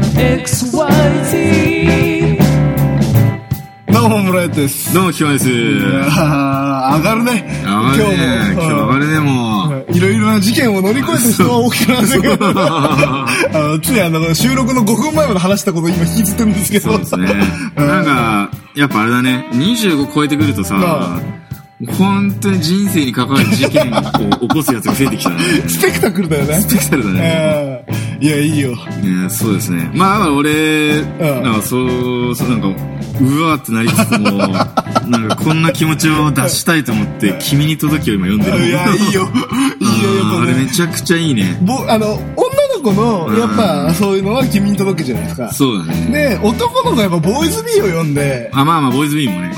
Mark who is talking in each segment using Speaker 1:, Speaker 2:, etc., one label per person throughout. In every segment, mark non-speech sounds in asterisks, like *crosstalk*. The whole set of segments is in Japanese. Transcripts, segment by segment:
Speaker 1: です。 *laughs*
Speaker 2: どうも、キワです。上
Speaker 1: あー上がるね。
Speaker 2: がるね。今日上がるね、もう。
Speaker 1: うんいろいろな事件を乗り越えて人は大きくなるんだけど、
Speaker 2: そ
Speaker 1: *laughs*
Speaker 2: う
Speaker 1: あの、ついあの、収録の5分前まで話したことを今引きずってるんですけど、
Speaker 2: そうですね。なんか、やっぱあれだね、25超えてくるとさ、本当に人生に関わる事件を起こすやつが増えて *laughs* きたね。
Speaker 1: スペクタクルだよね
Speaker 2: ス。ペクタルだね。
Speaker 1: えーいや、いいよ。
Speaker 2: ねそうですね。まあ、まあ俺、なんかそう、そうなんか、うわーってなりつつも、なんかこんな気持ちを出したいと思って、君に届きを今読んでる。
Speaker 1: いや、いいよ。いいよ、やっ
Speaker 2: あ
Speaker 1: ぱ
Speaker 2: れめ
Speaker 1: ね。
Speaker 2: ちゃくちゃいいね。
Speaker 1: ぼあの、女の子の、やっぱ、そういうのは君に届けじゃないですか。
Speaker 2: そうだね。
Speaker 1: で、男の子はやっぱボーイズビーを読んで、
Speaker 2: あ、まあまあ、ボーイズビーもね。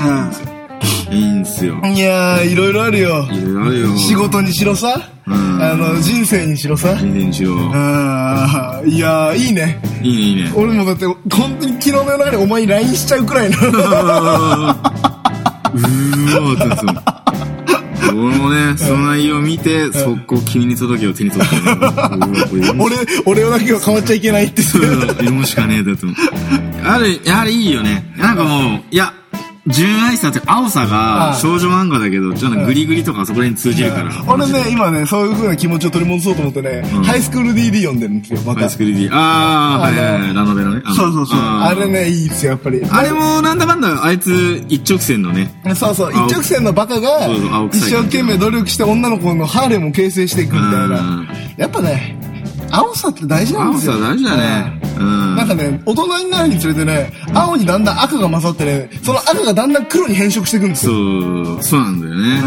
Speaker 2: いいんすよ。
Speaker 1: いやー、いろいろあるよ。
Speaker 2: いろいろあるよ。
Speaker 1: 仕。事にしろさ、
Speaker 2: うん
Speaker 1: あの、人生にしろさ。
Speaker 2: 全然しよう。
Speaker 1: あーいやー、いいね。
Speaker 2: いいね、いいね。
Speaker 1: 俺もだって、本当に昨日の中でお前に LINE しちゃうくらいの。
Speaker 2: うーわーってなってた俺もね、その内容を見て、速攻君に届けを手に取って。うわ、これ読む
Speaker 1: 俺、俺だけは変わっちゃいけないって。
Speaker 2: 読むしかねえだと思う。ある、やはりいいよね。なんかもう、いや、純愛さって青さが
Speaker 1: うん
Speaker 2: 少女漫画だけど、ちょっとグリグリとかそこら辺通じるから。
Speaker 1: *laughs* 俺ね、今ね、そういう風な気持ちを取り戻そうと思ってね、
Speaker 2: ん
Speaker 1: ハイスクール DD 読んでるんですよ、ま
Speaker 2: ハ
Speaker 1: た。
Speaker 2: イ
Speaker 1: そ
Speaker 2: スクリディ。あー、はいはいはい、ラノベのね。あの
Speaker 1: あ
Speaker 2: あー
Speaker 1: れね、いいですよ、やっぱり。
Speaker 2: あれもなんだかんだあいつ一直線のね。
Speaker 1: そうそう、一直線のバカが
Speaker 2: そうそう青、臭い
Speaker 1: 一生懸命努力して女の子のハーレムを形成していくみたい
Speaker 2: うん
Speaker 1: な。やっぱね、青さって大事なん
Speaker 2: 青
Speaker 1: ですよ。
Speaker 2: さ大事だね。う
Speaker 1: うん
Speaker 2: ん。
Speaker 1: なんかね、大人になるにつれてね、青にだんだん赤が混ざってね、その赤がだんだん黒に変色していくんですよ。
Speaker 2: そう、そうなんだよ
Speaker 1: う
Speaker 2: ね。
Speaker 1: ん。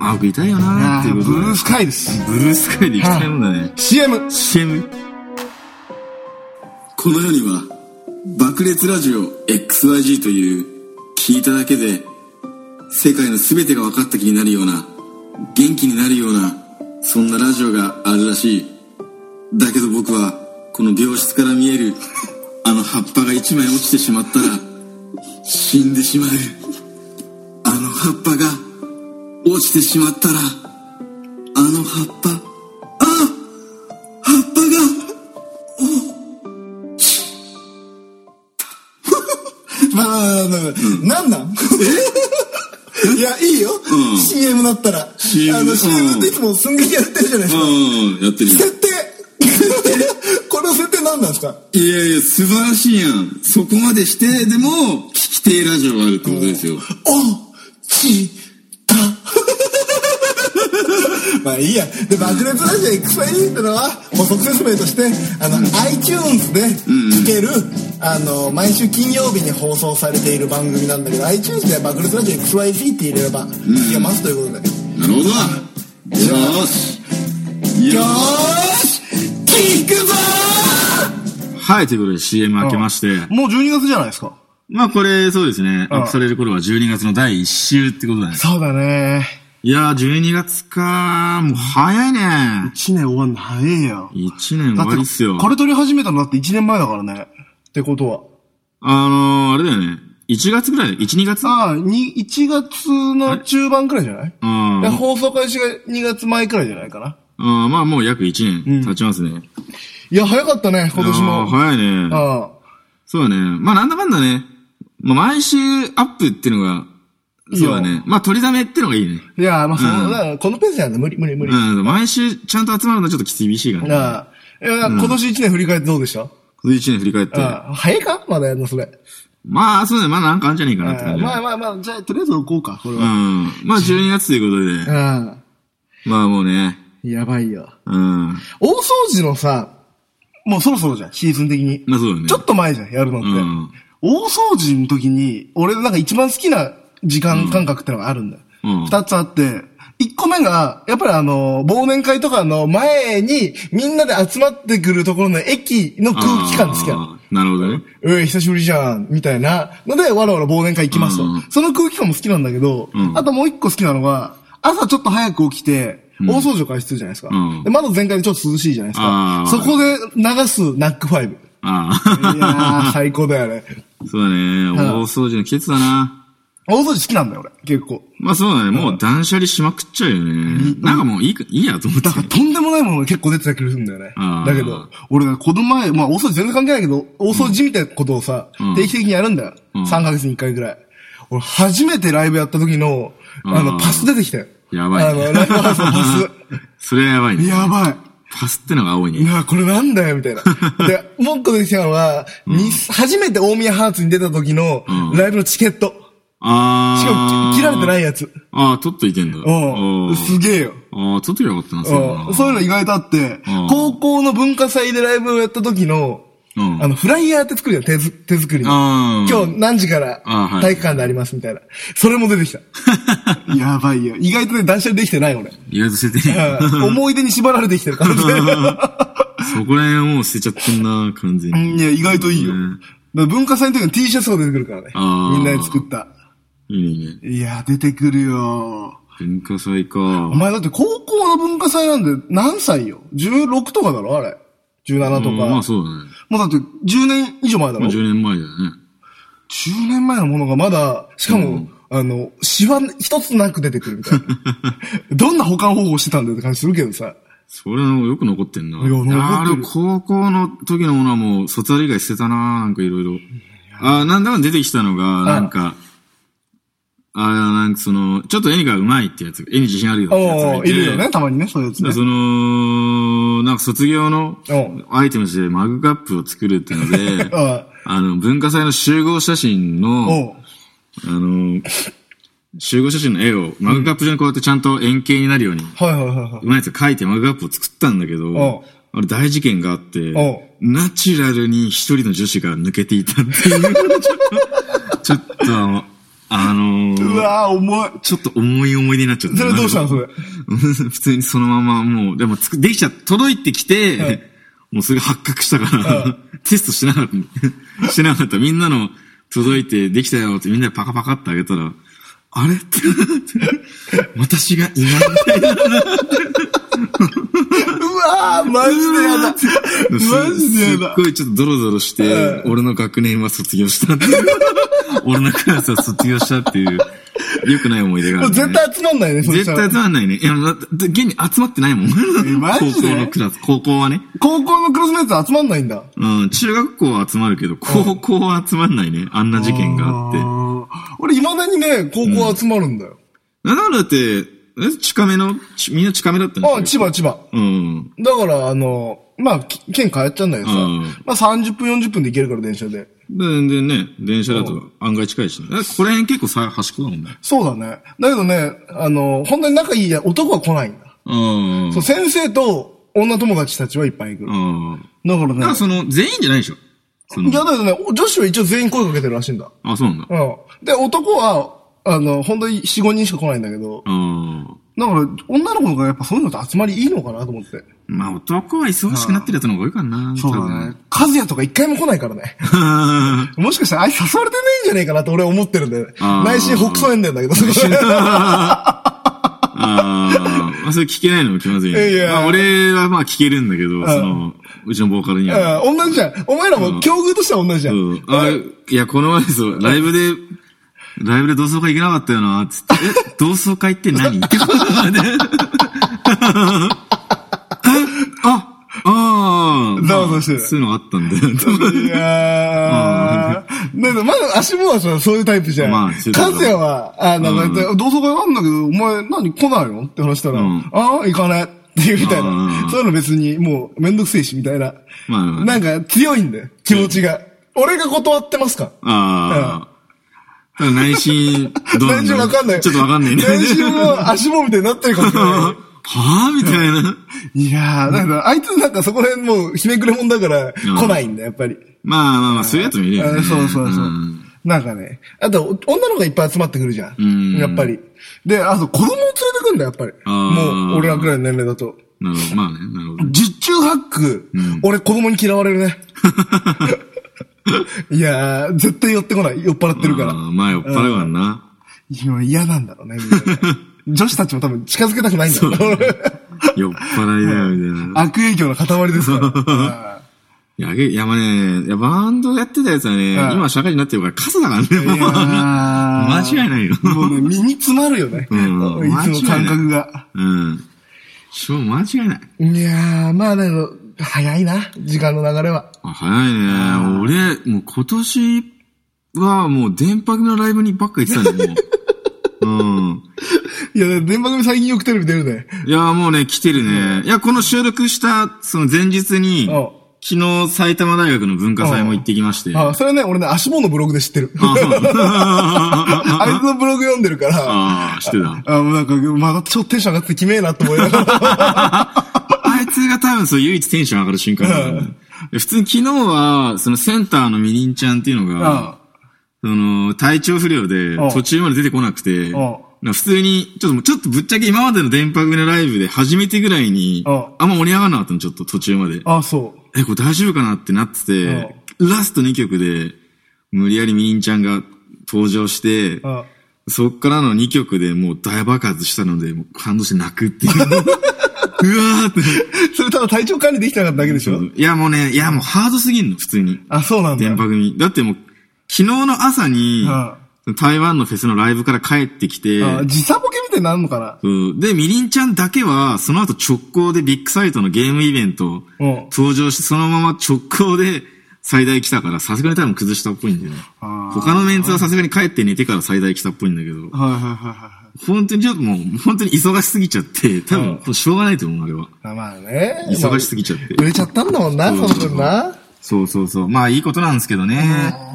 Speaker 2: 青く痛いよなー
Speaker 1: あ
Speaker 2: ってい
Speaker 1: ー
Speaker 2: う
Speaker 1: ブ
Speaker 2: ことで。
Speaker 1: ルースカイです。
Speaker 2: ブルースカイで行きたいもんだね。
Speaker 1: CM!
Speaker 2: CM。
Speaker 3: この世には爆裂ラジオ XYG という聞いただけで世界の全てが分かった気になるような元気になるようなそんなラジオがあるらしいだけど僕はこの病室から見えるあの葉っぱが一枚落ちてしまったら死んでしまうあの葉っぱが落ちてしまったらあの葉っぱあ葉っぱが
Speaker 1: まあまあまあまあ、 *laughs* なんなん *laughs* いや、いいよ。CM だったら。あ
Speaker 2: CM
Speaker 1: の、CM っていつも寸劇やってるじゃないですか。
Speaker 2: うん、やってる
Speaker 1: 設定
Speaker 2: *laughs*
Speaker 1: この設定なんなんですか
Speaker 2: いやいや、素晴らしいやん。そこまでして、でも、聞き手ラジオがあるってことですよ。
Speaker 1: おちた *laughs* まあいいや。で、爆裂ラジオ XYZ ってのは、補足説明として、あの、iTunes で聴ける、あの、毎週金曜日に放送されている番組なんだけど、iTunes で爆裂ラジオ XYZ って入れれば、聞けますということで。
Speaker 2: なるほどよーし
Speaker 1: よーし聞くぞ
Speaker 2: はい、ということで CM 明けまして。
Speaker 1: もう12月じゃないですか。
Speaker 2: まあこれ、そうですね。
Speaker 1: ん
Speaker 2: アップされる頃は12月の第1週ってことだね。
Speaker 1: そうだね。
Speaker 2: いやー、12月かー。もう早いね。
Speaker 1: 1年終わんの早いよ。
Speaker 2: 1年終わりっすよ。
Speaker 1: これ撮り始めたのだって1年前だからね。ってことは。
Speaker 2: あのー、あれだよね。1月ぐらい ?1、2月
Speaker 1: ああ、に、1月の中盤くらいじゃない、
Speaker 2: うん。
Speaker 1: で
Speaker 2: うん
Speaker 1: 放送開始が2月前くらいじゃないかな。
Speaker 2: まあもう約1年経ちますね。
Speaker 1: いや、早かったね、今年
Speaker 2: あー
Speaker 1: も。
Speaker 2: 早いね。
Speaker 1: あ
Speaker 2: そうだね。まあなんだかんだね。まあ毎週アップってのが、そうだね。まあ取りだめってのがいいね。
Speaker 1: あ。いや、まあ、その、だからこのペースじゃ無理無理無理。
Speaker 2: うん。毎週ちゃんと集まるのはちょっと厳しいからね。
Speaker 1: なあ。いや、今年1年振り返ってどうでした、
Speaker 2: 今年1年振り返って。
Speaker 1: ああ早いかまだやるの、それ。
Speaker 2: まあそうだね。まあなんかあるんじゃないかなっ
Speaker 1: あ
Speaker 2: て
Speaker 1: あ
Speaker 2: 感じだ
Speaker 1: ま
Speaker 2: ね。
Speaker 1: あまあまあ、じゃあ、とりあえず置こうか、これ
Speaker 2: う
Speaker 1: は。
Speaker 2: ん。まあ12月ということで。
Speaker 1: ああ。
Speaker 2: まあもうね。
Speaker 1: やばいよ。
Speaker 2: うん。
Speaker 1: 大掃除のさ、もうそろそろじゃん、シーズン的に。
Speaker 2: まあそうだね。
Speaker 1: ちょっと前じゃん、やるのって。
Speaker 2: うん
Speaker 1: 大掃除の時に、俺のなんか一番好きな時間感覚ってのがあるんだよ。
Speaker 2: うん
Speaker 1: 二、つあって、一個目が、やっぱりあの、忘年会とかの前に、みんなで集まってくるところの駅の空気感好きなの。
Speaker 2: あーなるほどね。
Speaker 1: えー、久しぶりじゃん、みたいな。ので、わらわら忘年会行きますと。
Speaker 2: うん
Speaker 1: その空気感も好きなんだけど、
Speaker 2: ん
Speaker 1: あともう一個好きなのが、朝ちょっと早く起きて、大掃除を開始するじゃないですか。
Speaker 2: うん
Speaker 1: で窓全開でちょっと涼しいじゃないです
Speaker 2: あ
Speaker 1: か。
Speaker 2: ー
Speaker 1: そこで流すナックファイブ。い
Speaker 2: ああ。
Speaker 1: やー、最高だよね。
Speaker 2: *laughs* そうだね。大掃除の季節だな。
Speaker 1: 大掃除好きなんだよ、俺。結構。
Speaker 2: まあそうだね。もう断捨離しまくっちゃうよね。なんかもういいか、いいやと思って
Speaker 1: だ。からとんでもないものが結構出てた気がするんだよね
Speaker 2: あ。ー
Speaker 1: だけど、俺が子供前、まあ大掃除全然関係ないけど、大掃除みたいなことをさ、定期的にやるんだよ。
Speaker 2: ん
Speaker 1: 3ヶ月に1回ぐらい。
Speaker 4: 俺初めてライブやった時の、あ
Speaker 2: あ
Speaker 4: の、
Speaker 2: ー
Speaker 4: パス出てきたよ。
Speaker 2: やばい
Speaker 4: あの、ライブハウスのパ
Speaker 2: *laughs* それはやばい
Speaker 4: ス。
Speaker 2: ね。
Speaker 4: *laughs* やばい。
Speaker 2: パスってのが青い
Speaker 4: い
Speaker 2: ね。
Speaker 4: や、これなんだよ、みたいな。で、 *laughs* もう一個出てきたのは、に初めて大宮ハーツに出た時の、ライブのチケット。
Speaker 2: あー。
Speaker 4: しかも、切切られてない
Speaker 2: い。
Speaker 4: やつ。
Speaker 2: あー、取っといてんだ。
Speaker 4: うん。すげえよ。
Speaker 2: あー、取っときゃよかったな、そういう
Speaker 4: うん。
Speaker 2: の
Speaker 4: そういうの意外とあって
Speaker 2: うん、
Speaker 4: 高校の文化祭でライブをやった時の、
Speaker 2: うん
Speaker 4: あの、フライヤーって作るよ、手ず手作りの。
Speaker 2: あー *laughs*
Speaker 4: 今日何時から
Speaker 2: あはい
Speaker 4: 体育館でありますみたいな。それも出て
Speaker 2: *laughs*
Speaker 4: きた。やばいよ。意外とね、断捨離できてない俺。
Speaker 2: 意外と捨ててね
Speaker 4: うん思い出に縛られてきてる感じ。
Speaker 2: *laughs* そこら辺はもう捨てちゃってんな、完全
Speaker 4: うん
Speaker 2: に。
Speaker 4: いや、意外といいよ。
Speaker 2: う
Speaker 4: だ
Speaker 2: ん
Speaker 4: から文化祭の時の T シャツが出てくるからね。
Speaker 2: あー
Speaker 4: みんなで作った。
Speaker 2: いいね、いいね。
Speaker 4: いや、出てくるよ。
Speaker 2: 文化祭か。
Speaker 4: お前だって高校の文化祭なんて何歳よ ?16 とかだろあれ。17と
Speaker 2: うん
Speaker 4: か。
Speaker 2: まあそうだね。
Speaker 4: もうだって10年以上前だ
Speaker 2: ま
Speaker 4: ろ
Speaker 2: あ
Speaker 4: ?10
Speaker 2: 10年前だよね。
Speaker 4: 年前のものがまだ、しかも、
Speaker 2: うん
Speaker 4: あの、シワ一つなく出てくるみたいな。 *laughs* どんな保管方法してたんだよって感じするけどさ。
Speaker 2: それはよく残ってんな。
Speaker 4: いや残ってる
Speaker 2: あれ高校の時のものはもう卒アル以外捨てたななんかいろいろ。あーなんだかんだ出てきたのが、なんか、あーなんかその、ちょっと絵が上手いってやつ、絵に自信あるよってやつが
Speaker 4: お
Speaker 2: い
Speaker 4: ー
Speaker 2: て
Speaker 4: いるよね、たまにね、そういうやつね。
Speaker 2: その、なんか卒業の
Speaker 4: うん、
Speaker 2: アイテムとしてマグカップを作るってので
Speaker 4: *laughs* あ
Speaker 2: あの、文化祭の集合写真の、
Speaker 4: おう
Speaker 2: あの、集合写真の絵をマグカップ上にこうやってちゃんと円形になるように、
Speaker 4: はいはいはいは
Speaker 2: うまいやつ書いてマグカップを作ったんだけ
Speaker 4: お
Speaker 2: ど、あれ大事件があって
Speaker 4: おう、
Speaker 2: ナチュラルに一人の女子が抜けていたっていう、
Speaker 4: *laughs*
Speaker 2: ちょっと、ちょっとあの、あの
Speaker 4: い。うわー重い。
Speaker 2: ちょっと重い思い出になっちゃった。
Speaker 4: それどうした
Speaker 2: *laughs*
Speaker 4: のそれ。
Speaker 2: 普通にそのままもう、でもつく、できちゃ、届いてきて、
Speaker 4: はい
Speaker 2: もうそれが発覚したから、
Speaker 4: うん
Speaker 2: テストしてなかった。 *laughs* してなかった。みんなの届いてできたよってみんなでパカパカってあげたら、あれって
Speaker 4: *laughs*
Speaker 2: 私がいないみたいな。
Speaker 4: うわーマジでやだ。
Speaker 2: す
Speaker 4: マジでや
Speaker 2: すっ
Speaker 4: だ。
Speaker 2: ごいちょっとドロドロして、
Speaker 4: う
Speaker 2: 俺の学年は卒業した *laughs* っていう。俺のクラスは卒業したっていう、良くない思い出があ
Speaker 4: も
Speaker 2: る、
Speaker 4: う
Speaker 2: ね。
Speaker 4: 絶対集まんないね、そ
Speaker 2: 絶
Speaker 4: したら
Speaker 2: 対集まんないね。いや、だって現に集まってないもん。
Speaker 4: マジで
Speaker 2: 高校のクラス、高校はね。
Speaker 4: 高校のクラスメート集まんないんだ。
Speaker 2: うん、中学校は集まるけど、高校は集まんないね。あんな事件があって。
Speaker 4: あー俺、未だにね、高校集まるんだよ。
Speaker 2: なんだろうだって、え近めの、ちみんな近めだったんですよ。
Speaker 4: あ、千葉、千葉。
Speaker 2: うん。
Speaker 4: だから、あの、まあ、き県通っちゃうんだけどさ、
Speaker 2: うん
Speaker 4: まあ30分、40分で行けるから、電車で。
Speaker 2: で全然ね、電車だと案外近いしね。だからここら辺結構さ、端っこだもんね。
Speaker 4: そうだね。だけどね、あの、本当に仲いいや男は来ないんだ。
Speaker 2: うん。
Speaker 4: そう、先生と女友達たちはいっぱい来る。
Speaker 2: うん。
Speaker 4: だから
Speaker 2: だから
Speaker 4: ね、
Speaker 2: その、全員じゃないでしょ。その
Speaker 4: いや、だけどね、お女子は一応全員声かけてるらしいんだ。
Speaker 2: あ、そうなんだ。
Speaker 4: うん。で、男は、あの、本当に4、5人しか来ないんだけど、
Speaker 2: うん。
Speaker 4: だから、女の子がやっぱそういうのと集まりいいのかなと思って。
Speaker 2: まあ、男は忙しくなってるやつの方が多いからな。多分。。
Speaker 4: 和也とか一回も来ないからね。 *laughs* もしかしたらあいつ誘われてないんじゃねえかなと俺は思ってるんだよね。
Speaker 2: あー
Speaker 4: 内心北斎んだよだけど、そこ
Speaker 2: ああ、まあ、それ聞けないのも気まずいね。
Speaker 4: いや
Speaker 2: まあ、俺はまあ聞けるんだけど、その、うちのボーカルには。
Speaker 4: うん同じじゃん。お前らも境遇としては同じじゃん。
Speaker 2: うん。あ、いや、この前そう、ライブで、ライブで同窓会行けなかったよな、つって。え、同窓会って
Speaker 4: *laughs*
Speaker 2: 何ってことで。えあ、ああ、
Speaker 4: ざわざわしてる
Speaker 2: まあそういうのがあった
Speaker 4: *laughs*
Speaker 2: んだよ。
Speaker 4: いやー。だけど、まだ足もはさ、そういうタイプじゃん。
Speaker 2: まあ
Speaker 4: 和
Speaker 2: そうだね
Speaker 4: 也は、あの、なんか同窓会あんだけど、お前何来ないのって話したら、
Speaker 2: うん
Speaker 4: ああ、行かない。っていうみたい
Speaker 2: あ
Speaker 4: な。
Speaker 2: ー
Speaker 4: そういうの別に、もう、めんどくせえし、みたいな。
Speaker 2: まあまあ
Speaker 4: なんか、強いんだよ。気持ちが。俺が断ってますか
Speaker 2: ああ。ただ内心、どうな
Speaker 4: 内
Speaker 2: んだ
Speaker 4: 心
Speaker 2: ろう
Speaker 4: わかんない。
Speaker 2: ちょっとわかんないね。
Speaker 4: 内心
Speaker 2: *laughs*
Speaker 4: も足もみたいになってるかもしれな
Speaker 2: はあみたいな。
Speaker 4: い。いやー、だから、あいつなんかそこら辺もうひねくれもんだから、来ないんだ、やっぱり。
Speaker 2: まあまあまあ、そういうやつもいるよ
Speaker 4: あ
Speaker 2: ね。
Speaker 4: そうそうそう。
Speaker 2: ん
Speaker 4: なんかね。あと、お女の子がいっぱい集まってくるじゃん。
Speaker 2: ん
Speaker 4: やっぱり。で、あと、子供を連れてくんだよ、やっぱり。
Speaker 2: あー
Speaker 4: もう、俺らくらいの年齢だと。
Speaker 2: なるほど、まあね、なるほど。
Speaker 4: 十中八九、俺子供に嫌われる
Speaker 2: *laughs*
Speaker 4: ね。いやー、絶対寄ってこない。酔っ払ってるから
Speaker 2: あ。ーまあ、酔っ払うわな。
Speaker 4: 今嫌なんだろうね、みんなね
Speaker 2: *laughs*
Speaker 4: 女子たちも多分近づけたくないんだろうね。
Speaker 2: 酔っ払いだよ、みたいな。
Speaker 4: 悪影響の塊ですから。
Speaker 2: いや、いやまあね、いや、バンドやってたやつはね、
Speaker 4: はい
Speaker 2: 今社会人になってるから、カスだからね、もう
Speaker 4: いやー
Speaker 2: *laughs* 間違いないよ。
Speaker 4: もうね、身に詰まるよね。
Speaker 2: うん
Speaker 4: *laughs* いつも感覚が。
Speaker 2: うん。そう、間違いない。
Speaker 4: いやー、まあだけど、早いな、時間の流れは。
Speaker 2: あ、早いね。俺、もう今年、はもう電波組のライブにばっか行ってたね、も *laughs* う。うん。
Speaker 4: いや、電波組最近よくテレビ出るね。
Speaker 2: いや、もうね、来てるね。いや、この収録した、その前日に
Speaker 4: うん、
Speaker 2: 昨日埼玉大学の文化祭も行ってきま *laughs* して。
Speaker 4: あ、それね、俺ね、足棒のブログで知ってる。
Speaker 2: あ
Speaker 4: *laughs* あいつのブログ読んでるから、
Speaker 2: あー、してた。
Speaker 4: あ、もうなんか、まだちょっとテンション上がってきめえなと思いながら。
Speaker 2: あいつが多分そう唯一テンション上がる瞬間なんだよねで普通に昨日は、そのセンターのみりんちゃんっていうのが、その体調不良で
Speaker 4: うん
Speaker 2: 途中まで出てこなくて、
Speaker 4: ん
Speaker 2: なんか普通に、ちょっともうちょっとぶっちゃけ今までの電波組のライブで初めてぐらいに、
Speaker 4: うん
Speaker 2: あんま盛り上がらなかったの、ちょっと途中まで。
Speaker 4: *laughs* あ、そ
Speaker 2: え、これ大丈夫かなってなってて、ラスト2曲で、無理やりみりんちゃんが登場して
Speaker 4: う。、あ
Speaker 2: そっからの2曲でもう大爆発したので、もう感動して泣く
Speaker 4: *laughs*
Speaker 2: っていう。うわーって。
Speaker 4: それただ体調管理できてなかっただけでしょ
Speaker 2: いやもうね、いやもうハードすぎんの、普通に。
Speaker 4: あ、そうなんだ。
Speaker 2: 電波組。だってもう、昨日の朝に、
Speaker 4: う
Speaker 2: 台湾のフェスのライブから帰ってきて、
Speaker 4: あ時差ボケみたいになるのかな
Speaker 2: そうで、みりんちゃんだけは、その後直行でビッグサイトのゲームイベント、
Speaker 4: うん
Speaker 2: 登場して、そのまま直行で最大来たから、さすがに多分崩したっぽいんだよね。
Speaker 4: あ
Speaker 2: 他のメンツはさすがに帰って寝てから最大来たっぽいんだけど、
Speaker 4: はいはいはいは
Speaker 2: 本当にちょっともう、本当に忙しすぎちゃって、多分、もうしょうがないと思う、あれは。
Speaker 4: い。まあね。
Speaker 2: 忙しすぎちゃって
Speaker 4: まあ。売れちゃったんだもんな、その分な。
Speaker 2: そうそうそう。まあ、いいことなんですけどね。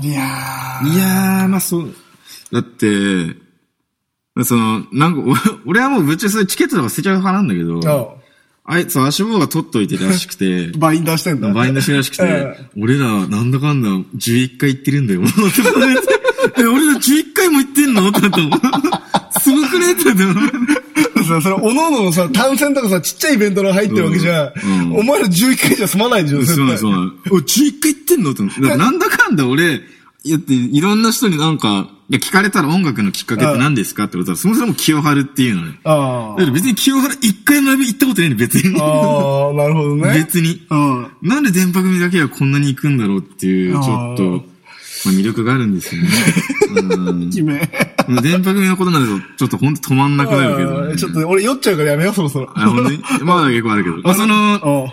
Speaker 4: いや
Speaker 2: いやー、まあそう。だって、その、なんか、 *laughs* お俺はもうぶっちゃけそれチケットとか捨てちゃう派なんだけど、
Speaker 4: ー。、
Speaker 2: あいつ足棒が取っといてらしくて *laughs*
Speaker 4: バインダーしてんだ。
Speaker 2: バインダーしてるらしくて
Speaker 4: え、
Speaker 2: 俺らなんだかんだ11回行ってるんだよ。 *laughs* え、俺ら11回も行ってん *laughs* のってなったもん。すごくねってなったもん
Speaker 4: さ、それ、おのおののさ、単線とかさ、ちっちゃいイベントの入ってるわけじゃん。
Speaker 2: うんうん
Speaker 4: お前ら11回じゃ済まないじゃ
Speaker 2: *laughs*
Speaker 4: ん、絶
Speaker 2: そうなの
Speaker 4: 対。
Speaker 2: そうなの。おい、11回行ってんのって思って。 *laughs* だってなんだかんだ俺、いやって、いろんな人になんか、いや、聞かれたら音楽のきっかけって何ですかってことは、そもそも清春っていうのね。
Speaker 4: あ
Speaker 2: だから別に清原一回もライブ行ったことないの、別に
Speaker 4: あ。。ああ、なるほどね。
Speaker 2: *laughs* 別に。
Speaker 4: うん。
Speaker 2: なんで電波組だけはこんなに行くんだろうっていう、ち
Speaker 4: あー
Speaker 2: ょっと、まあ、魅力があるん
Speaker 4: *laughs*
Speaker 2: ですよね。うん
Speaker 4: 決め。
Speaker 2: 電波組のことになると、ちょっとほんと止まんなくなるけど、
Speaker 4: あ
Speaker 2: ね。
Speaker 4: ー *laughs* ちょっと俺酔っちゃうからやめよう、そろそろ。
Speaker 2: あ、ほんとにまだ結構あ
Speaker 4: *laughs*
Speaker 2: るけど。まあ、その、
Speaker 4: おう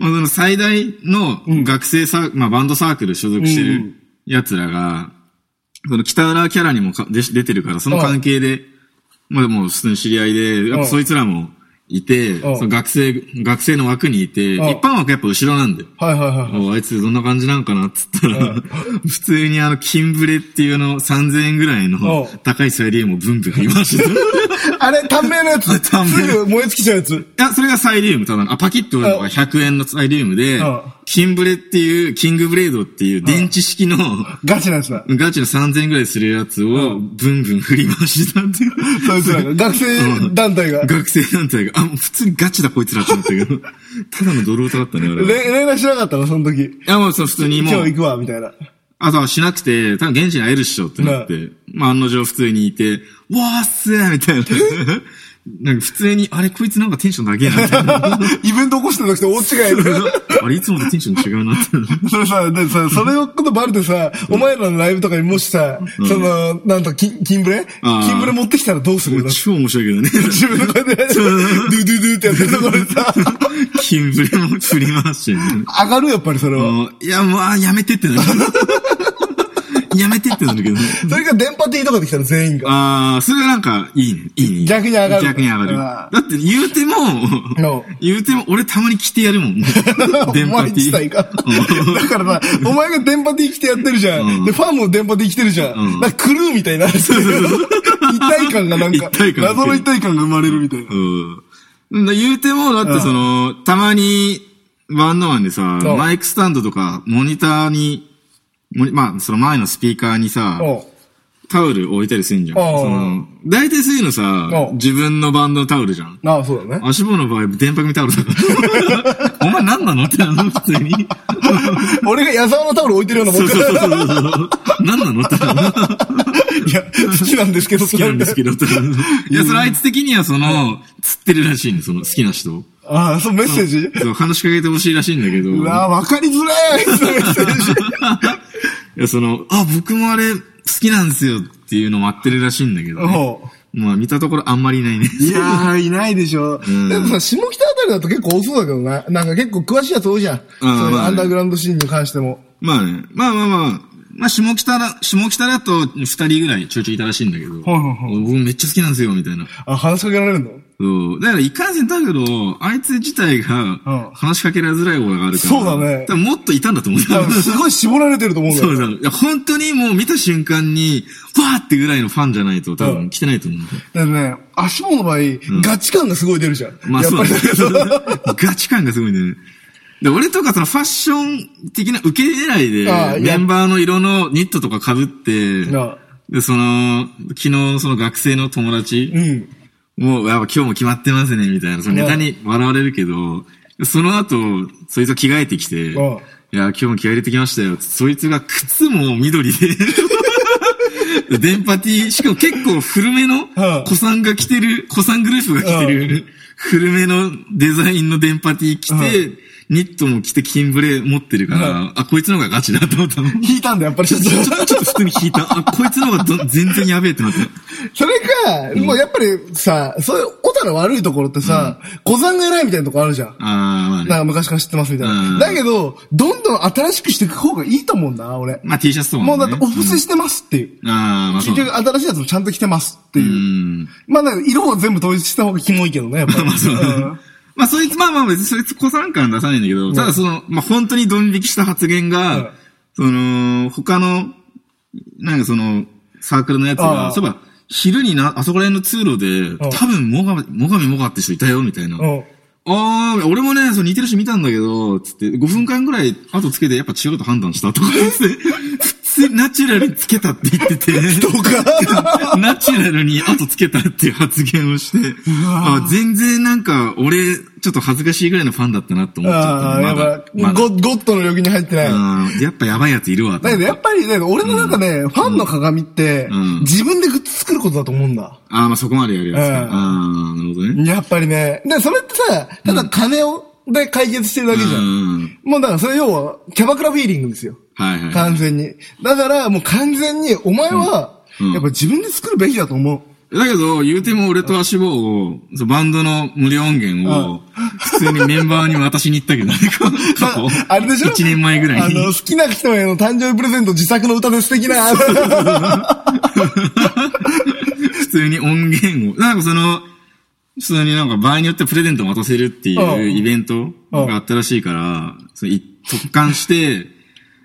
Speaker 2: まあその最大の学生サーまあバンドサークル所属して
Speaker 4: う
Speaker 2: る奴らが、その北浦キャラにもかで出てるから、その関係で、まあもう普通に知り合いで、やっぱそいつらもいて、
Speaker 4: うん
Speaker 2: その学生、学生の枠にいて、一
Speaker 4: ん
Speaker 2: 般枠やっぱ後ろなんだよ。
Speaker 4: はいはいはい。
Speaker 2: おあいつどんな感じなんかなっつったら、 *laughs* 普通にあの、金ブレっていうあの3000円ぐらいの
Speaker 4: うん
Speaker 2: 高いサイリウムをブンブン振りまして
Speaker 4: あれ、短命のやつ。
Speaker 2: 短命
Speaker 4: すぐ燃え尽きちゃうやつ。
Speaker 2: いや、それがサイリウム、ただの、あ、パキッと折るのが100円のサイリウムで
Speaker 4: うん、
Speaker 2: キンブレっていう、キングブレードっていう電池式の、
Speaker 4: ガチなやつだ。
Speaker 2: ガチの3000円ぐらいするやつを、ブンブン振り回したっていう。
Speaker 4: そいつらが。学生団体が。
Speaker 2: 学生団体が、あ、もう普通にガチだこいつらって思ったけ
Speaker 4: *laughs*
Speaker 2: ど、ただの泥歌だったね、あれは。い
Speaker 4: れ連絡しなかったの、その時。
Speaker 2: や、もうそう普通に
Speaker 4: 今日
Speaker 2: もう
Speaker 4: 行、くわ、みたいな。
Speaker 2: あとはしなくて、多分現地に会えるっしょってなって、まあ案の定普通にいて、わーっすーみたいな。なんか普通に、あれこいつなんかテンションだけやなみた
Speaker 4: *laughs*
Speaker 2: いな。
Speaker 4: イベント起こしてなくて大違いだ。
Speaker 2: *laughs* あれいつもとテンション違うなって。
Speaker 4: *laughs* それさ、でさ、それをことバレてさ、お前らのライブとかにもしさ、その、なんと、キンキンブレ
Speaker 2: あー
Speaker 4: キンブレ持ってきたらどうする
Speaker 2: *laughs*
Speaker 4: の
Speaker 2: 超面白い
Speaker 4: *laughs*
Speaker 2: けどね。
Speaker 4: 自分の声で、ドゥドゥドゥってやってるところでさ、
Speaker 2: キンブレも振り回してね。
Speaker 4: 上がるやっぱりそれ
Speaker 2: あ
Speaker 4: は。
Speaker 2: のいや、もう、あやめてってなる。 *laughs* やめてってなるけどね。
Speaker 4: それが電波 T とかできたら全員が。
Speaker 2: ああ、それはなんか、いいね。いいね。
Speaker 4: 逆に上がる
Speaker 2: 逆に上がる。
Speaker 4: あ
Speaker 2: だって言うても
Speaker 4: の、
Speaker 2: 言うても、俺たまに着てやるもん。
Speaker 4: *laughs* お前自体が。だからさ、お前が電波 T 来てやってるじゃん。で、ファンも電波 T 来てるじゃん。なんかクルーみたいに
Speaker 2: *laughs*
Speaker 4: なるっていう。一体感がなんか
Speaker 2: 一体、感
Speaker 4: 謎の一体感が生まれるみたいな。
Speaker 2: うん。だ言うても、だってその、たまに、ワンノワンでさ、
Speaker 4: うん
Speaker 2: マイクスタンドとか、モニターに、モニまあ、その前のスピーカーにさ、
Speaker 4: おう
Speaker 2: タオル置いたりするんじゃん。
Speaker 4: ああ
Speaker 2: その、大体そういうのさ
Speaker 4: ああ、
Speaker 2: 自分のバンドのタオルじゃん。
Speaker 4: ああ、そうだね。
Speaker 2: 足棒の場合、電波組タオルだ
Speaker 4: *laughs*
Speaker 2: から。お前何なのってなるの普通に。
Speaker 4: 俺が矢沢のタオル置いてるようなも
Speaker 2: そ
Speaker 4: ん
Speaker 2: うそうそうそう。何なのってなるの好
Speaker 4: いや、好きなんですけど、好
Speaker 2: きなんですけど
Speaker 4: *laughs*
Speaker 2: ってなるいや、それあいつ的にはその、釣ってるらしいね、その好きな人を。
Speaker 4: ああ、そう、メッセージ
Speaker 2: そう、話しかけてほしいらしいんだけど。
Speaker 4: うわあ、わかりづらいメッセージ。
Speaker 2: いや、その、あ、僕もあれ、好きなんですよっていうの待ってるらしいんだけど、ね。
Speaker 4: お
Speaker 2: まあ、見たところあんまりいないね。
Speaker 4: いやー、いないでしょ。でもさ、下北あたりだと結構多そうだけどな。なんか結構詳しいやつ多いじゃん。そういう
Speaker 2: まあね
Speaker 4: アンダーグラウンドシーンに関しても。
Speaker 2: まあね。まあまあまあ、まあ、下北だ、下北だと二人ぐらいちょいちょいいたらしいんだけど、
Speaker 4: いはいは
Speaker 2: 僕めっちゃ好きなんですよ、みたいな。
Speaker 4: あ、話しかけられるの
Speaker 2: そう。だから、いかんせんだけど、あいつ自体が
Speaker 4: ん、
Speaker 2: 話しかけられづらい方があるから。
Speaker 4: そうだね
Speaker 2: 多分もっといたんだと思う。
Speaker 4: 多分すごい絞られてると思うんだ
Speaker 2: そう
Speaker 4: よ。
Speaker 2: だ。いや、本当にもう見た瞬間に、わーってぐらいのファンじゃないと、多
Speaker 4: う
Speaker 2: 分
Speaker 4: ん
Speaker 2: 来てないと思うんだよ。
Speaker 4: だからね、足棒の場合、ガチ感がすごい出るじゃん。
Speaker 2: まあ
Speaker 4: やっ
Speaker 2: そう
Speaker 4: ぱりだけど。
Speaker 2: だ
Speaker 4: *laughs*
Speaker 2: ね。ガチ感がすごいんだよね。で、俺とかそのファッション的な受け狙
Speaker 4: ああ
Speaker 2: いで、
Speaker 4: いや
Speaker 2: メンバーの色のニットとか被って
Speaker 4: ああ、
Speaker 2: で、その、昨日その学生の友達、
Speaker 4: うん。
Speaker 2: もう、やっぱ今日も決まってますね、みたいな。そのネタに笑われるけど、その後、そいつが着替えてきて、い
Speaker 4: うん
Speaker 2: や、今日も気合入れてきましたよ。そいつが靴も緑で、 *laughs* 電波ティー、しかも結構古めの
Speaker 4: うん、
Speaker 2: 子さんが着てる、子さんグループが着てる、古めのデザインの電波ティー着て、ニットも着て金ブレ持ってるから、あ、こいつの方がガチだと思ったの。ち
Speaker 4: 引いたんだ、やっぱりちょっ
Speaker 2: ょちょっと普通に聞いた。あ、こいつの方がど全然やべえってなって。
Speaker 4: それか、もうやっぱりさ、そういう、小田の悪いところってさ、小山が偉いみたいなとこあるじゃん。
Speaker 2: あー、まあね。
Speaker 4: なんか昔から知ってますみたい
Speaker 2: うん
Speaker 4: な。だけど、どんどん新しくしていく方がいいと思うんだな、俺。
Speaker 2: まあ T シャツとか
Speaker 4: も
Speaker 2: も
Speaker 4: う
Speaker 2: ね。
Speaker 4: だってお布施してますっていう。
Speaker 2: ああ、まあそう
Speaker 4: 結
Speaker 2: だ。
Speaker 4: 局新しいやつもちゃんと着てますって
Speaker 2: う
Speaker 4: いう。
Speaker 2: ん。
Speaker 4: まあなんか色を全部統一した方がキモいけどね、やっぱり。
Speaker 2: *laughs* まあそう
Speaker 4: うん。
Speaker 2: まあそいつ、まあまあ別にそいつ子さん感出さないんだけど、ただその、まあ本当にドン引きした発言が、
Speaker 4: うん
Speaker 2: その、他の、なんかその、サークルのやつ
Speaker 4: あ
Speaker 2: が、
Speaker 4: あ
Speaker 2: そういえば、昼にな、あそこら辺の通路で、多分、もが、もがみもがって人いたよ、みたいな。
Speaker 4: うん
Speaker 2: ああ、俺もね、その似てる人見たんだけど、つって、5分間ぐらい後つけてやっぱ違うと判断したとか言って、普通にナチュラルにつけたって言ってて、 *laughs* ナチュラルに後つけたっていう発言をして、あ全然なんか、俺、ちょっと恥ずかしいぐらいのファンだったなって思っちゃっ
Speaker 4: ああ、
Speaker 2: た
Speaker 4: や
Speaker 2: の。まだ
Speaker 4: っぱ、
Speaker 2: まだ
Speaker 4: ゴッゴッドの領域に入ってない。
Speaker 2: うんやっぱやばいやついるわ。
Speaker 4: だけどやっぱりね、俺の中ね、ファンの鏡って
Speaker 2: うん、
Speaker 4: 自分でグッズ作ることだと思うんだ。
Speaker 2: ああ、まあそこまでやるやつか。
Speaker 4: うん
Speaker 2: ああ、なるほどね。
Speaker 4: やっぱりね。で、それってさ、ただ金を、で解決してるだけじゃ。
Speaker 2: うんん。
Speaker 4: もうだからそれ要は、キャバクラフィーリングですよ。
Speaker 2: はいはい。
Speaker 4: 完全に。だからもう完全に、お前は、やっぱ自分で作るべきだと
Speaker 2: *laughs*
Speaker 4: 思う。
Speaker 2: だけど、言うても俺と足棒を、そうバンドの無料音源を、普通にメンバーに渡しに行ったけ
Speaker 4: *laughs*
Speaker 2: どね、過去。
Speaker 4: あれでしょ
Speaker 2: 一年前ぐらい
Speaker 4: あの、好
Speaker 2: に。
Speaker 4: きな人への誕生日プレゼント自作の歌です的な。
Speaker 2: 普通に音源を。なんかその、普通になんか場合によってプレゼントを渡せるって
Speaker 4: う
Speaker 2: いうんイベントがあったらしいから、それい突貫して、い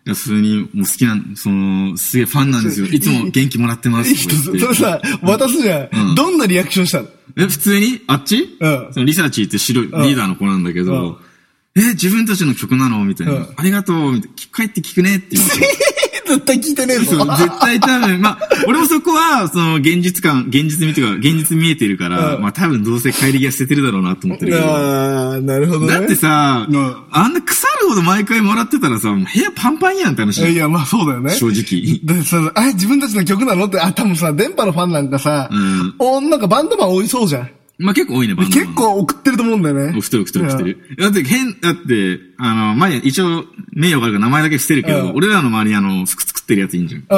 Speaker 2: や普通にもう好きな、その、すげえファンなん
Speaker 4: *laughs*
Speaker 2: ですよ。いつも元気もらってますとか
Speaker 4: そ
Speaker 2: 言
Speaker 4: れ
Speaker 2: って。
Speaker 4: さ、渡すじゃん。どんなリアクションしたの
Speaker 2: え、普通にあっち、
Speaker 4: うん
Speaker 2: そのリサーチって白いリーダーの子なんだけど、
Speaker 4: うん
Speaker 2: え、自分たちの曲なのみたいな、
Speaker 4: うん
Speaker 2: ありがとうみたいな。帰って聞くねって言って。
Speaker 4: 絶対聞いてねえ
Speaker 2: そう
Speaker 4: ぞ。
Speaker 2: *laughs* 絶対多分、まあ、俺もそこは、その、現実感、現実見てか、現実見えてるから、
Speaker 4: うん
Speaker 2: まあ多分どうせ帰り際捨ててるだろうなと思ってるけど。
Speaker 4: ああ、なるほどね。
Speaker 2: だってさ、
Speaker 4: うん
Speaker 2: あんな腐るほど毎回もらってたらさ、もう部屋パンパンやんって話。
Speaker 4: いや、まあそうだよね。
Speaker 2: 正直。
Speaker 4: で、その、あ、自分たちの曲なのって、あ、多分さ、電波のファンなんかさ、
Speaker 2: うん
Speaker 4: お、なんかバンドマン多いそうじゃん。
Speaker 2: まあ結構多いね、バンドは
Speaker 4: 結構送ってると思うんだよね。
Speaker 2: お、太る太る太る。だって変、だって、あの、前、一応、名誉があるから名前だけ伏せるけど、
Speaker 4: うん
Speaker 2: 俺らの周りにあの、服作ってるやついいんじゃん。
Speaker 4: あ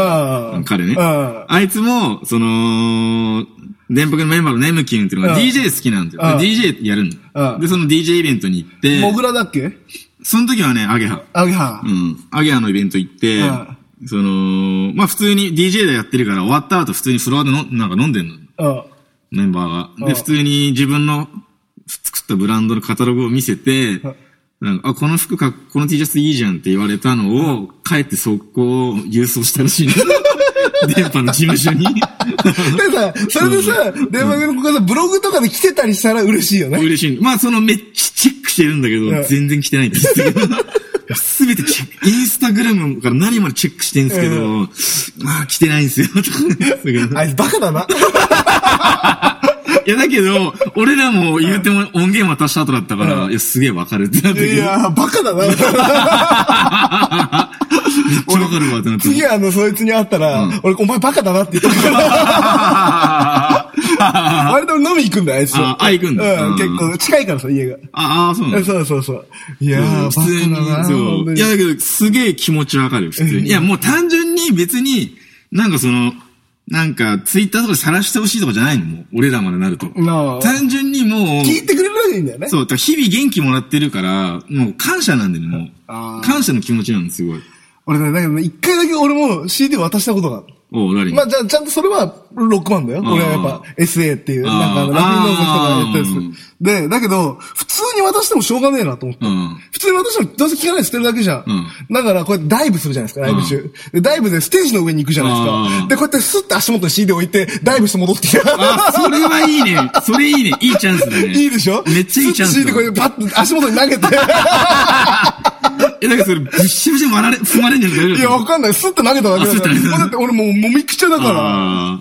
Speaker 4: あ。
Speaker 2: 彼ね。
Speaker 4: あ
Speaker 2: あいつも、その、電波のメンバーのネムキュンっていうのが
Speaker 4: うん
Speaker 2: DJ 好きなんだ
Speaker 4: う
Speaker 2: よ。
Speaker 4: ん
Speaker 2: で DJ やるん
Speaker 4: う
Speaker 2: だ。
Speaker 4: ん
Speaker 2: で、その DJ イベントに行って、
Speaker 4: モグラだっけ
Speaker 2: その時はね、アゲハ。
Speaker 4: アゲハ
Speaker 2: う。ん。アゲハのイベント行って
Speaker 4: うん、
Speaker 2: その、まあ普通に DJ でやってるから終わった後普通にフロアでのなんか飲んでんの。
Speaker 4: うん。
Speaker 2: メンバーが。
Speaker 4: う
Speaker 2: で、
Speaker 4: ん
Speaker 2: 普通に自分の作ったブランドのカタログを見せて、なんか、あ、この服か、この T シャツいいじゃんって言われたのを、帰って速攻郵送したらしいね。 *laughs* 電波の事務
Speaker 4: *laughs*
Speaker 2: 所に。
Speaker 4: でさ、それでさ、電話の子がさ、ブログとかで来てたりしたら嬉しいよね。
Speaker 2: 嬉しい。まあ、そのめっちゃチェックしてるんだけ
Speaker 4: うん
Speaker 2: ど、全然来てないんですよ。
Speaker 4: *laughs*
Speaker 2: すべてチェック、インスタグラムから何までチェックしてるんですけど、まあ、来てないんですよ、とか言うんですけど。
Speaker 4: あいつバカだな。
Speaker 2: いや、だけど、俺らも言うても音源渡した後だったから、いや、すげえわかるってなったけど。
Speaker 4: いやー、バカだな。
Speaker 2: めっちゃわかるわってなって。*laughs*
Speaker 4: *laughs* 次あの、そいつに会ったら、俺、お前バカだなって言ったから。割と飲み行くんだよ、あいつと。
Speaker 2: ああ行くんだ
Speaker 4: う、
Speaker 2: うんん
Speaker 4: 結構、近いからさ、家が。
Speaker 2: ああ、そうなんだ。
Speaker 4: そうそうそう。いや
Speaker 2: うん
Speaker 4: ー、
Speaker 2: 普通に
Speaker 4: バカだな。本当
Speaker 2: そう。
Speaker 4: に
Speaker 2: いや、だけど、すげえ気持ちわかる、普通に。いや、もう単純に別に、なんかその、なんか、ツイッターとかで晒してほしいとかじゃないのもう、俺らまでなると
Speaker 4: なあ。
Speaker 2: 単純にもう、
Speaker 4: 聞いてくれるらしいいんだよね。
Speaker 2: そう、だから日々元気もらってるから、もう感謝なんだよね、もう。感謝の気持ちなんです、すごい。
Speaker 4: 俺ね、なんかね一回だけ俺も CD 渡したことがある。
Speaker 2: おう、何
Speaker 4: まあ、じゃあ、ちゃんとそれは、ロックマンだよ。
Speaker 2: ん
Speaker 4: 俺はやっぱ、SA っていう、なんかあの、
Speaker 2: うん
Speaker 4: ラフィーノーズとかやったやつ。で、だけど、普通に渡してもしょうがねえなと思って。
Speaker 2: うん
Speaker 4: 普通に渡しても、どうせ聞かないで捨てるだけじゃん。
Speaker 2: う
Speaker 4: だから、こうやってダイブするじゃないですか、ライブ中。で、ダイブでステージの上に行くじゃないです
Speaker 2: うん
Speaker 4: か。で、こうやってスッて足元に CD 置いて、ダイブして戻ってきた。
Speaker 2: あ、それはいいね。それいいね。いいチャンスだね。
Speaker 4: いいでしょ
Speaker 2: めっちゃいいチャンス
Speaker 4: スッて CD
Speaker 2: だ
Speaker 4: こうやってパッと足元に投
Speaker 2: *laughs*
Speaker 4: げて。
Speaker 2: え、だけどそれ、ぶっしぶしに割られ、踏まれんじゃん。大丈夫
Speaker 4: いや、わかんない。スッて投げた
Speaker 2: あ
Speaker 4: だけだから。
Speaker 2: スッて投げた
Speaker 4: だって俺もう、もみくちゃだから。
Speaker 2: ああ。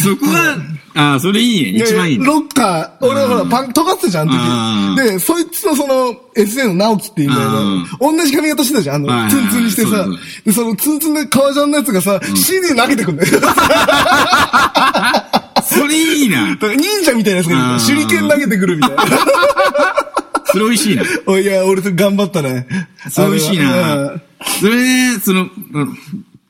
Speaker 2: そこは、ああ、それいいね。一番いいね。
Speaker 4: ロッカー、俺はほら、パン、尖ってたじゃん、あの時。で、そいつとその、SA の直樹っていうの同じ髪型してたじゃん、あ
Speaker 2: は
Speaker 4: の、
Speaker 2: い
Speaker 4: ツ
Speaker 2: はい
Speaker 4: ンツンにして
Speaker 2: そう
Speaker 4: さ
Speaker 2: そう。
Speaker 4: で、そのツンツンで革ジャンのやつがさ、CD 投げてくんだよ。だか
Speaker 2: それいいな。
Speaker 4: ら忍者みたいなやつ
Speaker 2: う
Speaker 4: が
Speaker 2: ん
Speaker 4: 手裏剣投げてくるみた
Speaker 2: *laughs*
Speaker 4: いな。
Speaker 2: それ美味しいな。
Speaker 4: おいいや、俺と頑張ったね。
Speaker 2: それ美味しい
Speaker 4: うん
Speaker 2: な。それね、その、うん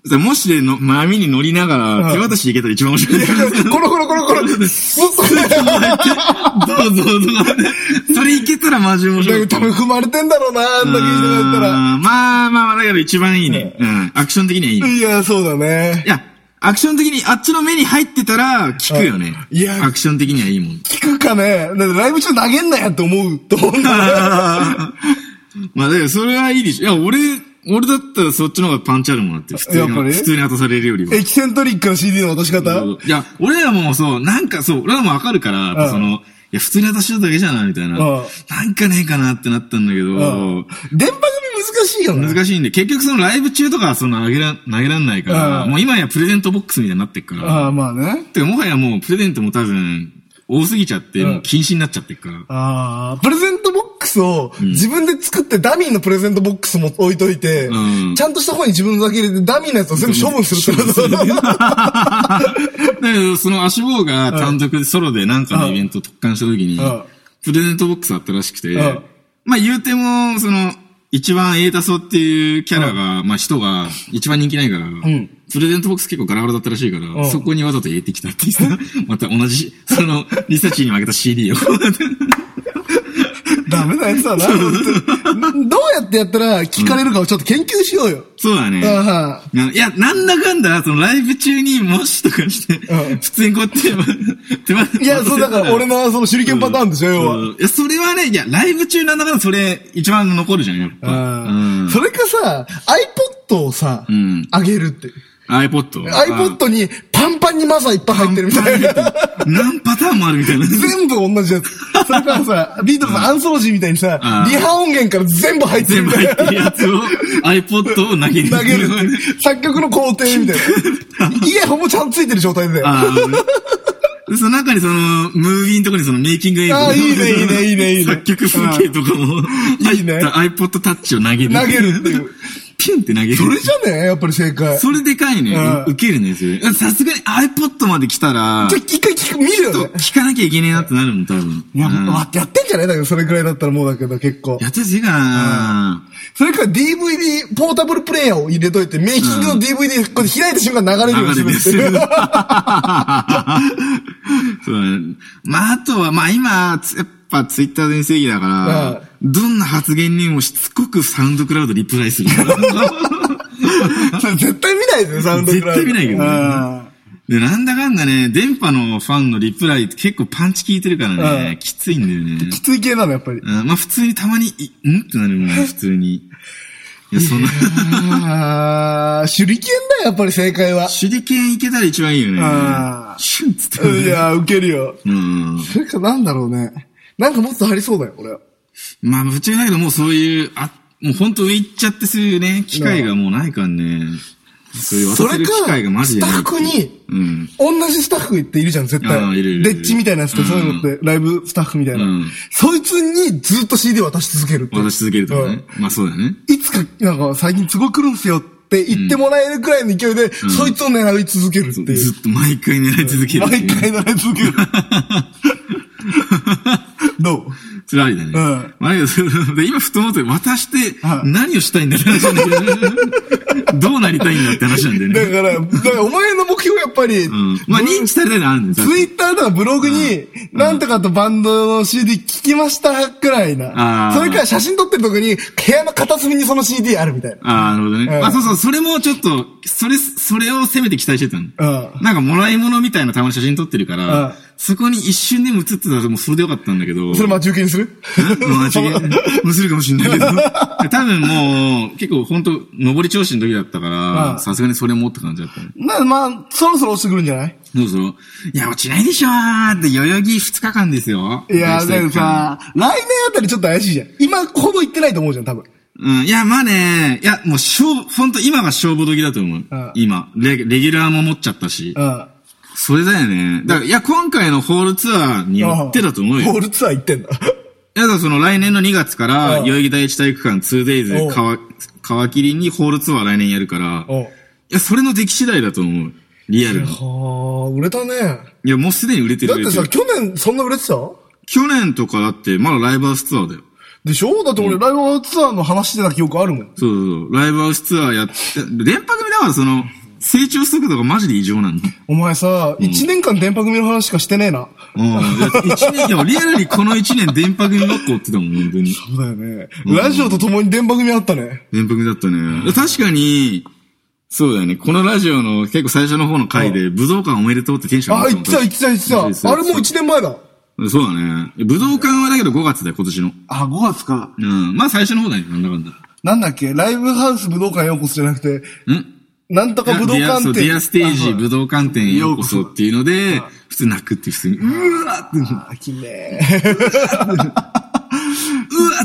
Speaker 2: それもしでの、波に乗りながら、手渡しでいけたら一番面白い。
Speaker 4: コロコロコロ
Speaker 2: *laughs*
Speaker 4: コロって、スッて
Speaker 2: どうぞどうぞ。それいけたらマジ面白い。
Speaker 4: 多分踏まれてんだろうな、あんだけ人がやったら。
Speaker 2: あーまあまあ、だけど一番いいね。うん。アクション的にはいいね。
Speaker 4: いや、そうだね
Speaker 2: い。や、アクション的にあっちの目に入ってたら、効くよね。
Speaker 4: いいや
Speaker 2: アクション的にはいいもん。
Speaker 4: 聞くかね、だってライブ中投げんなやって思う
Speaker 2: *laughs*
Speaker 4: と思うんだよね。
Speaker 2: まあ、だけど、それはいいでしょ。いや、俺、俺だったらそっちの方がパンチあるもんだって。普通に、
Speaker 4: やっぱり
Speaker 2: 普通に渡されるよりは。
Speaker 4: エキセントリックな CD の渡し方
Speaker 2: いや、俺らもそう、なんかそう、俺らもわかるから、やっぱその、いや、普通に渡してただけじゃないみたいな。
Speaker 4: うん
Speaker 2: なんかねえかなってなったんだけど、
Speaker 4: 電波組難しいよね。
Speaker 2: 難しいんで、結局そのライブ中とかはその投げら、投げらんないから、
Speaker 4: うん
Speaker 2: もう今やプレゼントボックスみたいになってっから。
Speaker 4: ああ、まあね。
Speaker 2: てか、もはやもうプレゼントも多分、多すぎちゃって、もう禁止になっちゃってるから。
Speaker 4: ああ、プレゼントボックスを自分で作ってダミーのプレゼントボックスも置いといて、
Speaker 2: うん
Speaker 4: ちゃんとした方に自分のだけ入れてダミーのやつを全部処分するってことだ
Speaker 2: *laughs* だけど、その足棒が単独でソロでなんかのイベントを特貫した時に
Speaker 4: うん、
Speaker 2: プレゼントボックスあったらしくて
Speaker 4: ん、
Speaker 2: まあ言うても、その、一番 A タソっていうキャラが、まあ人が一番人気ないから、プレゼントボックス結構ガラガラだったらしいから、
Speaker 4: ん
Speaker 2: そこにわざと入れてきたって言ってた *laughs* また同じ、その、リサチに負けた CD を。 *laughs*
Speaker 4: *laughs* ダメなやつだな、本当にどうやってやったら聞かれるかをちょっと研究しようよ。
Speaker 2: そうだね。
Speaker 4: あ
Speaker 2: いや、なんだかんだ、そのライブ中にもしとかして、
Speaker 4: うん
Speaker 2: 普通にこうやって、手間
Speaker 4: いや、そうだから俺のその手裏剣パターンでしょ、要は。
Speaker 2: うんいや、それはね、いや、ライブ中なんだかんだそれ、一番残るじゃん、やっぱ。
Speaker 4: うんそれかさ、iPod をさ
Speaker 2: ん、
Speaker 4: あ、げるって。
Speaker 2: iPod。
Speaker 4: iPod にパンパンにマザーいっぱい入ってるみたいな。
Speaker 2: 何パターンもあるみたいな。
Speaker 4: 全部同じやつ。それからさ、ビートルズのアンソロジーみたいにさ
Speaker 2: あ、ー
Speaker 4: リハ音源から全部入って
Speaker 2: 全
Speaker 4: るみ
Speaker 2: 部
Speaker 4: た
Speaker 2: 入
Speaker 4: い
Speaker 2: ってるやつを、iPod を投げる。
Speaker 4: な。投げるっていう。作曲の工程みたいな。イヤホンもちゃんとついてる状態で。あ
Speaker 2: あーその中にその、ムービーのところにそのメイキング映像の
Speaker 4: あー、いいね、いいね、いいね、いいね。
Speaker 2: 作曲風景とかも、
Speaker 4: いい
Speaker 2: 入
Speaker 4: ね
Speaker 2: った iPod タッチを投げる。
Speaker 4: 投げるっていう。
Speaker 2: ピュンって投げる。
Speaker 4: それじゃねやっぱり正解。
Speaker 2: それでかいね
Speaker 4: うん。
Speaker 2: 受けるね、それ。さすがに iPod まで来たら、
Speaker 4: ちょ
Speaker 2: ちょ
Speaker 4: 一回聞く、見るよ
Speaker 2: っ
Speaker 4: ね
Speaker 2: と。聞かなきゃいけねえなってなるもん、多分。
Speaker 4: いや、
Speaker 2: うん
Speaker 4: わやってんじゃないだけど、それくらいだったらもうだけど、結構
Speaker 2: や。ってほしいかな
Speaker 4: それから DVD、ポータブルプレイヤーを入れといて、メイキングの DVD、こうやって開いた瞬間流れるように
Speaker 2: 流れですす *laughs*
Speaker 4: るっていう。
Speaker 2: そうだね。まあ、あとは、まあ今、つやっぱツイッター全盛期だから、どんな発言にもしつこくサウンドクラウドリプライする。 *laughs*
Speaker 4: それ *laughs* 絶対見ないですよ、サウンドクラウド。
Speaker 2: 絶対見ないけどね
Speaker 4: うん
Speaker 2: で、なんだかんだね、電波のファンのリプライって結構パンチ効いてるから
Speaker 4: う
Speaker 2: ね、
Speaker 4: ん
Speaker 2: きついんだよね。
Speaker 4: きつい系なの、やっぱり。
Speaker 2: うんまあ普通にたまに、いんってなるもんね、普通に。いや、そんな。
Speaker 4: あー、手裏剣だよ、やっぱり正解は。
Speaker 2: 手裏剣いけたら一番いいよね
Speaker 4: あ。ー
Speaker 2: シュンっつって。
Speaker 4: いやー、ウケるよ。
Speaker 2: うん。
Speaker 4: それか、なんだろうね。なんかもっとありそうだよ、俺は。
Speaker 2: まあ、ぶっちゃけだけど、もうそういう、あ、もう本当上行っちゃってするね、機会がもうないからね。そういう
Speaker 4: そ
Speaker 2: 渡せ
Speaker 4: れ
Speaker 2: る
Speaker 4: か
Speaker 2: 機会が、マジ
Speaker 4: ス
Speaker 2: で
Speaker 4: タ
Speaker 2: ない
Speaker 4: ッフに、
Speaker 2: うん。
Speaker 4: 同じスタッフっているじゃん、絶
Speaker 2: あー
Speaker 4: 対。
Speaker 2: いるいるいる
Speaker 4: デッチみたいなやつって、そういうのって、ライブスタッフみたいな
Speaker 2: うん。
Speaker 4: そいつにずっと CD 渡し続けるっていう
Speaker 2: 渡し続けるとかね。まあそうだよね。
Speaker 4: いつか、なんか、最近すごい来るんすよって言ってもらえるくらいの勢いで、そいつを狙い続けるって
Speaker 2: ず
Speaker 4: いう。
Speaker 2: っと毎回狙い続けるっていう。
Speaker 4: 毎回狙い続ける。ど
Speaker 2: *laughs*
Speaker 4: う
Speaker 2: *laughs* それありだね。
Speaker 4: ん
Speaker 2: まあだけど、で今ふと思って、渡して
Speaker 4: は、い
Speaker 2: 何をしたいんだろう
Speaker 4: *laughs*
Speaker 2: どうなりたいんだって話なんだよ
Speaker 4: だ
Speaker 2: ね。
Speaker 4: から、だからお前の目標やっぱり、
Speaker 2: うん。まあ、認知されたいのはあるんだ
Speaker 4: ツ
Speaker 2: よ。
Speaker 4: イッターとかブログに、なんとかとバンドの CD 聞きましたくらいな
Speaker 2: あ。ー
Speaker 4: それから写真撮ってる時に、部屋の片隅にその CD あるみたいな。
Speaker 2: ああ、なるほどね。
Speaker 4: うん
Speaker 2: あ、そうそう、それもちょっと、それ、それをせめて期待してたの。
Speaker 4: うん
Speaker 2: なんか、もらい物みたいなたまに写真撮ってるから、
Speaker 4: うん
Speaker 2: そこに一瞬でも映ってたらもうそれでよかったんだけど。
Speaker 4: それ待ち受けにする
Speaker 2: *laughs* まあ、間違い、もうするかもしんない
Speaker 4: *laughs*
Speaker 2: けど。多分もう、結構本当上り調子の時だったか
Speaker 4: うん
Speaker 2: ら、さすがにそれもって感じだったね。
Speaker 4: *laughs* な、まあ、そろそろ落ちてくるんじゃない
Speaker 2: どうぞ。いや、落ちないでしょーって、代々木2日間ですよ。
Speaker 4: いやー、
Speaker 2: で
Speaker 4: でも、さ、来年あたりちょっと怪しいじゃん。今ほど行ってないと思うじゃん、多分。
Speaker 2: うん、いや、まあね、いや、もう、勝負、ほんと今が勝負時だと思う。
Speaker 4: うん
Speaker 2: 今レ。レギュラーも持っちゃったし。
Speaker 4: うん。
Speaker 2: それだよね。だから、いや、今回のホールツアーによってだと思うよ。
Speaker 4: ホールツアー行 *laughs* ってんだ。
Speaker 2: いや、だからその来年の2月か
Speaker 4: う
Speaker 2: ら、
Speaker 4: ん
Speaker 2: 代々木第一体育館 2days かわ、皮切りにホールツアー来年やるから、
Speaker 4: お
Speaker 2: いや、それの出来次第だと思う。リアルに。
Speaker 4: はあ、売れたね。
Speaker 2: いや、もうすでに売れてる
Speaker 4: だって
Speaker 2: 売
Speaker 4: さ、
Speaker 2: れてる
Speaker 4: 去年そんな売れてた
Speaker 2: 去年とかだって、まだライブハウスツアーだよ。
Speaker 4: でしょだって俺、ライブハウスツアーの話してた記憶あるもん。
Speaker 2: そうそうそう。ライブハウスツアーやって、連覇組だからその、成長速度がマジで異常なの。
Speaker 4: お前さ、一年間電波組の話しかしてねえな。
Speaker 2: うん。だって一年、でもリアルにこの一年電波組ばっか追ってたもん、本当に。
Speaker 4: そうだよね。ラジオと共に電波組あったね。
Speaker 2: 電波組だったね。確かに、そうだよね。このラジオの結構最初の方の回で、武道館おめでとうってテンション
Speaker 4: あ、
Speaker 2: 上が
Speaker 4: 行ってた行ってた行ってた。あれもう一年前だ。
Speaker 2: うそうだね。武道館はだけど5月だよ、今年の。
Speaker 4: あ、5月か。
Speaker 2: うん。まあ最初の方だね、なんだかんだ。
Speaker 4: なんだっけライブハウス武道館ようこそじゃなくて、
Speaker 2: ん
Speaker 4: なんとか武道
Speaker 2: ディア
Speaker 4: 館
Speaker 2: そう
Speaker 4: 店。
Speaker 2: ディアステージ
Speaker 4: あ
Speaker 2: 武道館店へようこそっていうので、普通泣くって普通に、うわーって、うわ
Speaker 4: あ、きれ
Speaker 2: ーっ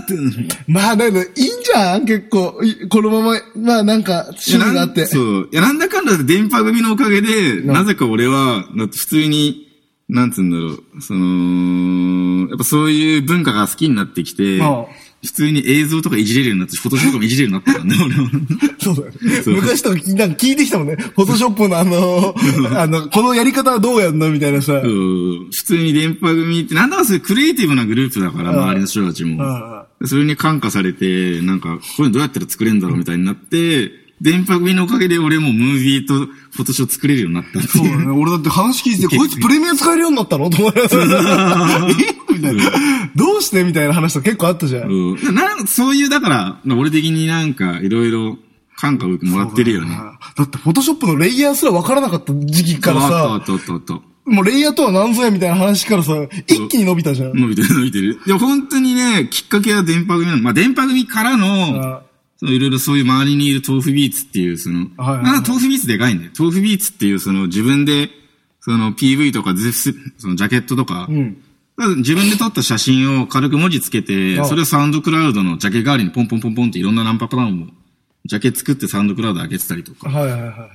Speaker 2: て。
Speaker 4: まあ、だけど、いいんじゃん結構。いこのまま、まあなんか、趣味があっ
Speaker 2: いや
Speaker 4: て。
Speaker 2: なんそう。いや、なんだかんだで電波組のおかげで、なぜか俺は、だって普通に、なんつうんだろう、その、やっぱそういう文化が好きになってきて
Speaker 4: ああ、
Speaker 2: 普通に映像とかいじれるようになって、フォトショーとかもいじれるようになったからね、
Speaker 4: *laughs*
Speaker 2: 俺は。
Speaker 4: そうだよね。
Speaker 2: そう
Speaker 4: 昔とか聞いなんか聞いてきたもんね。フォトショップのあの、あの、このやり方はどうやんのみたいなさ。
Speaker 2: そう普通に電波組って、なんだかそういうクリエイティブなグループだから、周りの人たち
Speaker 4: あ
Speaker 2: も。それに感化されて、なんか、こういうのどうやったら作れるんだろうみたいになって、電波組のおかげで俺もムービーとフォトショー作れるようになったって
Speaker 4: そう
Speaker 2: いう
Speaker 4: だ。ね。俺だって話聞いてて、こいつプレミア使えるようになったのと思いながらえ *laughs* みたいな。どうしてみたいな話とか結構あったじゃん。
Speaker 2: うん。なんそういう、だから、俺的になんか、いろいろ、感化をもらってるよね。
Speaker 4: あだって、フォトショップのレイヤーすら分からなかった時期から
Speaker 2: あ
Speaker 4: さ
Speaker 2: っ、たあったあったあった。
Speaker 4: もうレイヤーとは何ぞやみたいな話からさ、一気に伸びたじゃん。
Speaker 2: 伸びてる伸びてる。でも本当にね、きっかけは電波組なの。まあ、電波組から
Speaker 4: あ
Speaker 2: の、そのいろいろそういう周りにいる豆腐ビーツっていう、その、
Speaker 4: はいはいはい
Speaker 2: なんか豆腐ビーツでかいんだよ。豆腐ビーツっていう、その自分で、その PV とかゼフス、そのジャケットとか、自分で撮った写真を軽く文字つけて、
Speaker 4: あ
Speaker 2: それをサウンドクラウドのジャケ代わりにポンポンポンポンっていろんな何パターンも、ジャケ作ってサウンドクラウド上げてたりとか。
Speaker 4: はいはいはい
Speaker 2: だ
Speaker 4: はい。
Speaker 2: か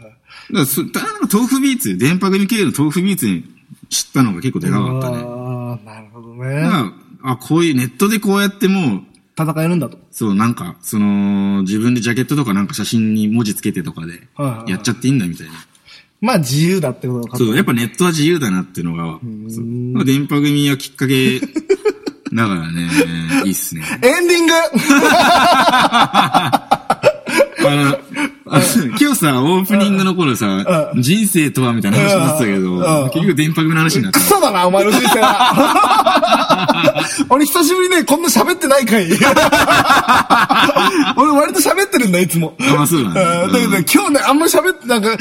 Speaker 2: らそ、だから豆腐ビーツ、電波組系の豆腐ビーツに知ったのが結構でかかったね。
Speaker 4: ああ、なるほど
Speaker 2: だ
Speaker 4: ね。
Speaker 2: から、あ、こういうネットでこうやってもう、
Speaker 4: 戦えるんだと。
Speaker 2: そう、なんか、その、自分でジャケットとかなんか写真に文字つけてとかで
Speaker 4: はいはいは、い
Speaker 2: やっちゃっていいんだみたいな。
Speaker 4: まあ自由だってことが
Speaker 2: そう、やっぱネットは自由だなっていうのが、そうまあ電波組はきっかけ、だから
Speaker 4: *laughs*
Speaker 2: ね、いいっすね。
Speaker 4: エンディング *laughs*
Speaker 2: あの、あの今日さ、オープニングの頃さ、人生とはみたいな話になってたけ
Speaker 4: うん
Speaker 2: ど、結局電波組の話になった
Speaker 4: ク。ソだな、お前の人生は。 *laughs* 俺久しぶりね、こんな喋ってないか *laughs* い。俺割と喋ってるんだ、いつも。
Speaker 2: あまあそうなんだ
Speaker 4: うんだけどね、今日ね、あんまり喋って、なんか、あんま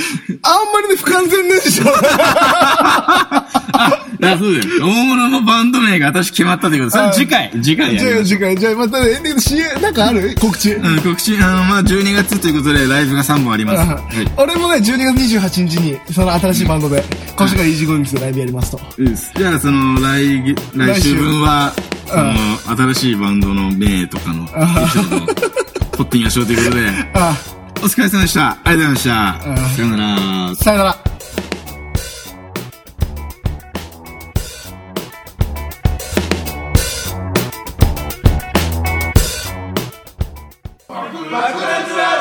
Speaker 4: りね、不完全で *laughs* しょ。
Speaker 2: あ、そうだよ。大物のバンド名が私決まったんだけど、それ次回、次回や
Speaker 4: じゃあ、
Speaker 2: る。
Speaker 4: 次回、じゃあ、またエンディング CM、なんかある告知。
Speaker 2: うん、告知、あの、まあ、12月ということで、ライブが3本あります。はい。
Speaker 4: 俺もね、12月28日に、その新しいバンドで、今週から25日でライブやりますと。
Speaker 2: じゃあ、その、来月、来週分は、その、新しいバンドの名とかの、 *laughs* 撮ってみましょうということで、
Speaker 4: あ
Speaker 2: お疲れ様でした。ありがとうございました。さよなら。
Speaker 4: さよなら。
Speaker 5: 爆裂ラジオ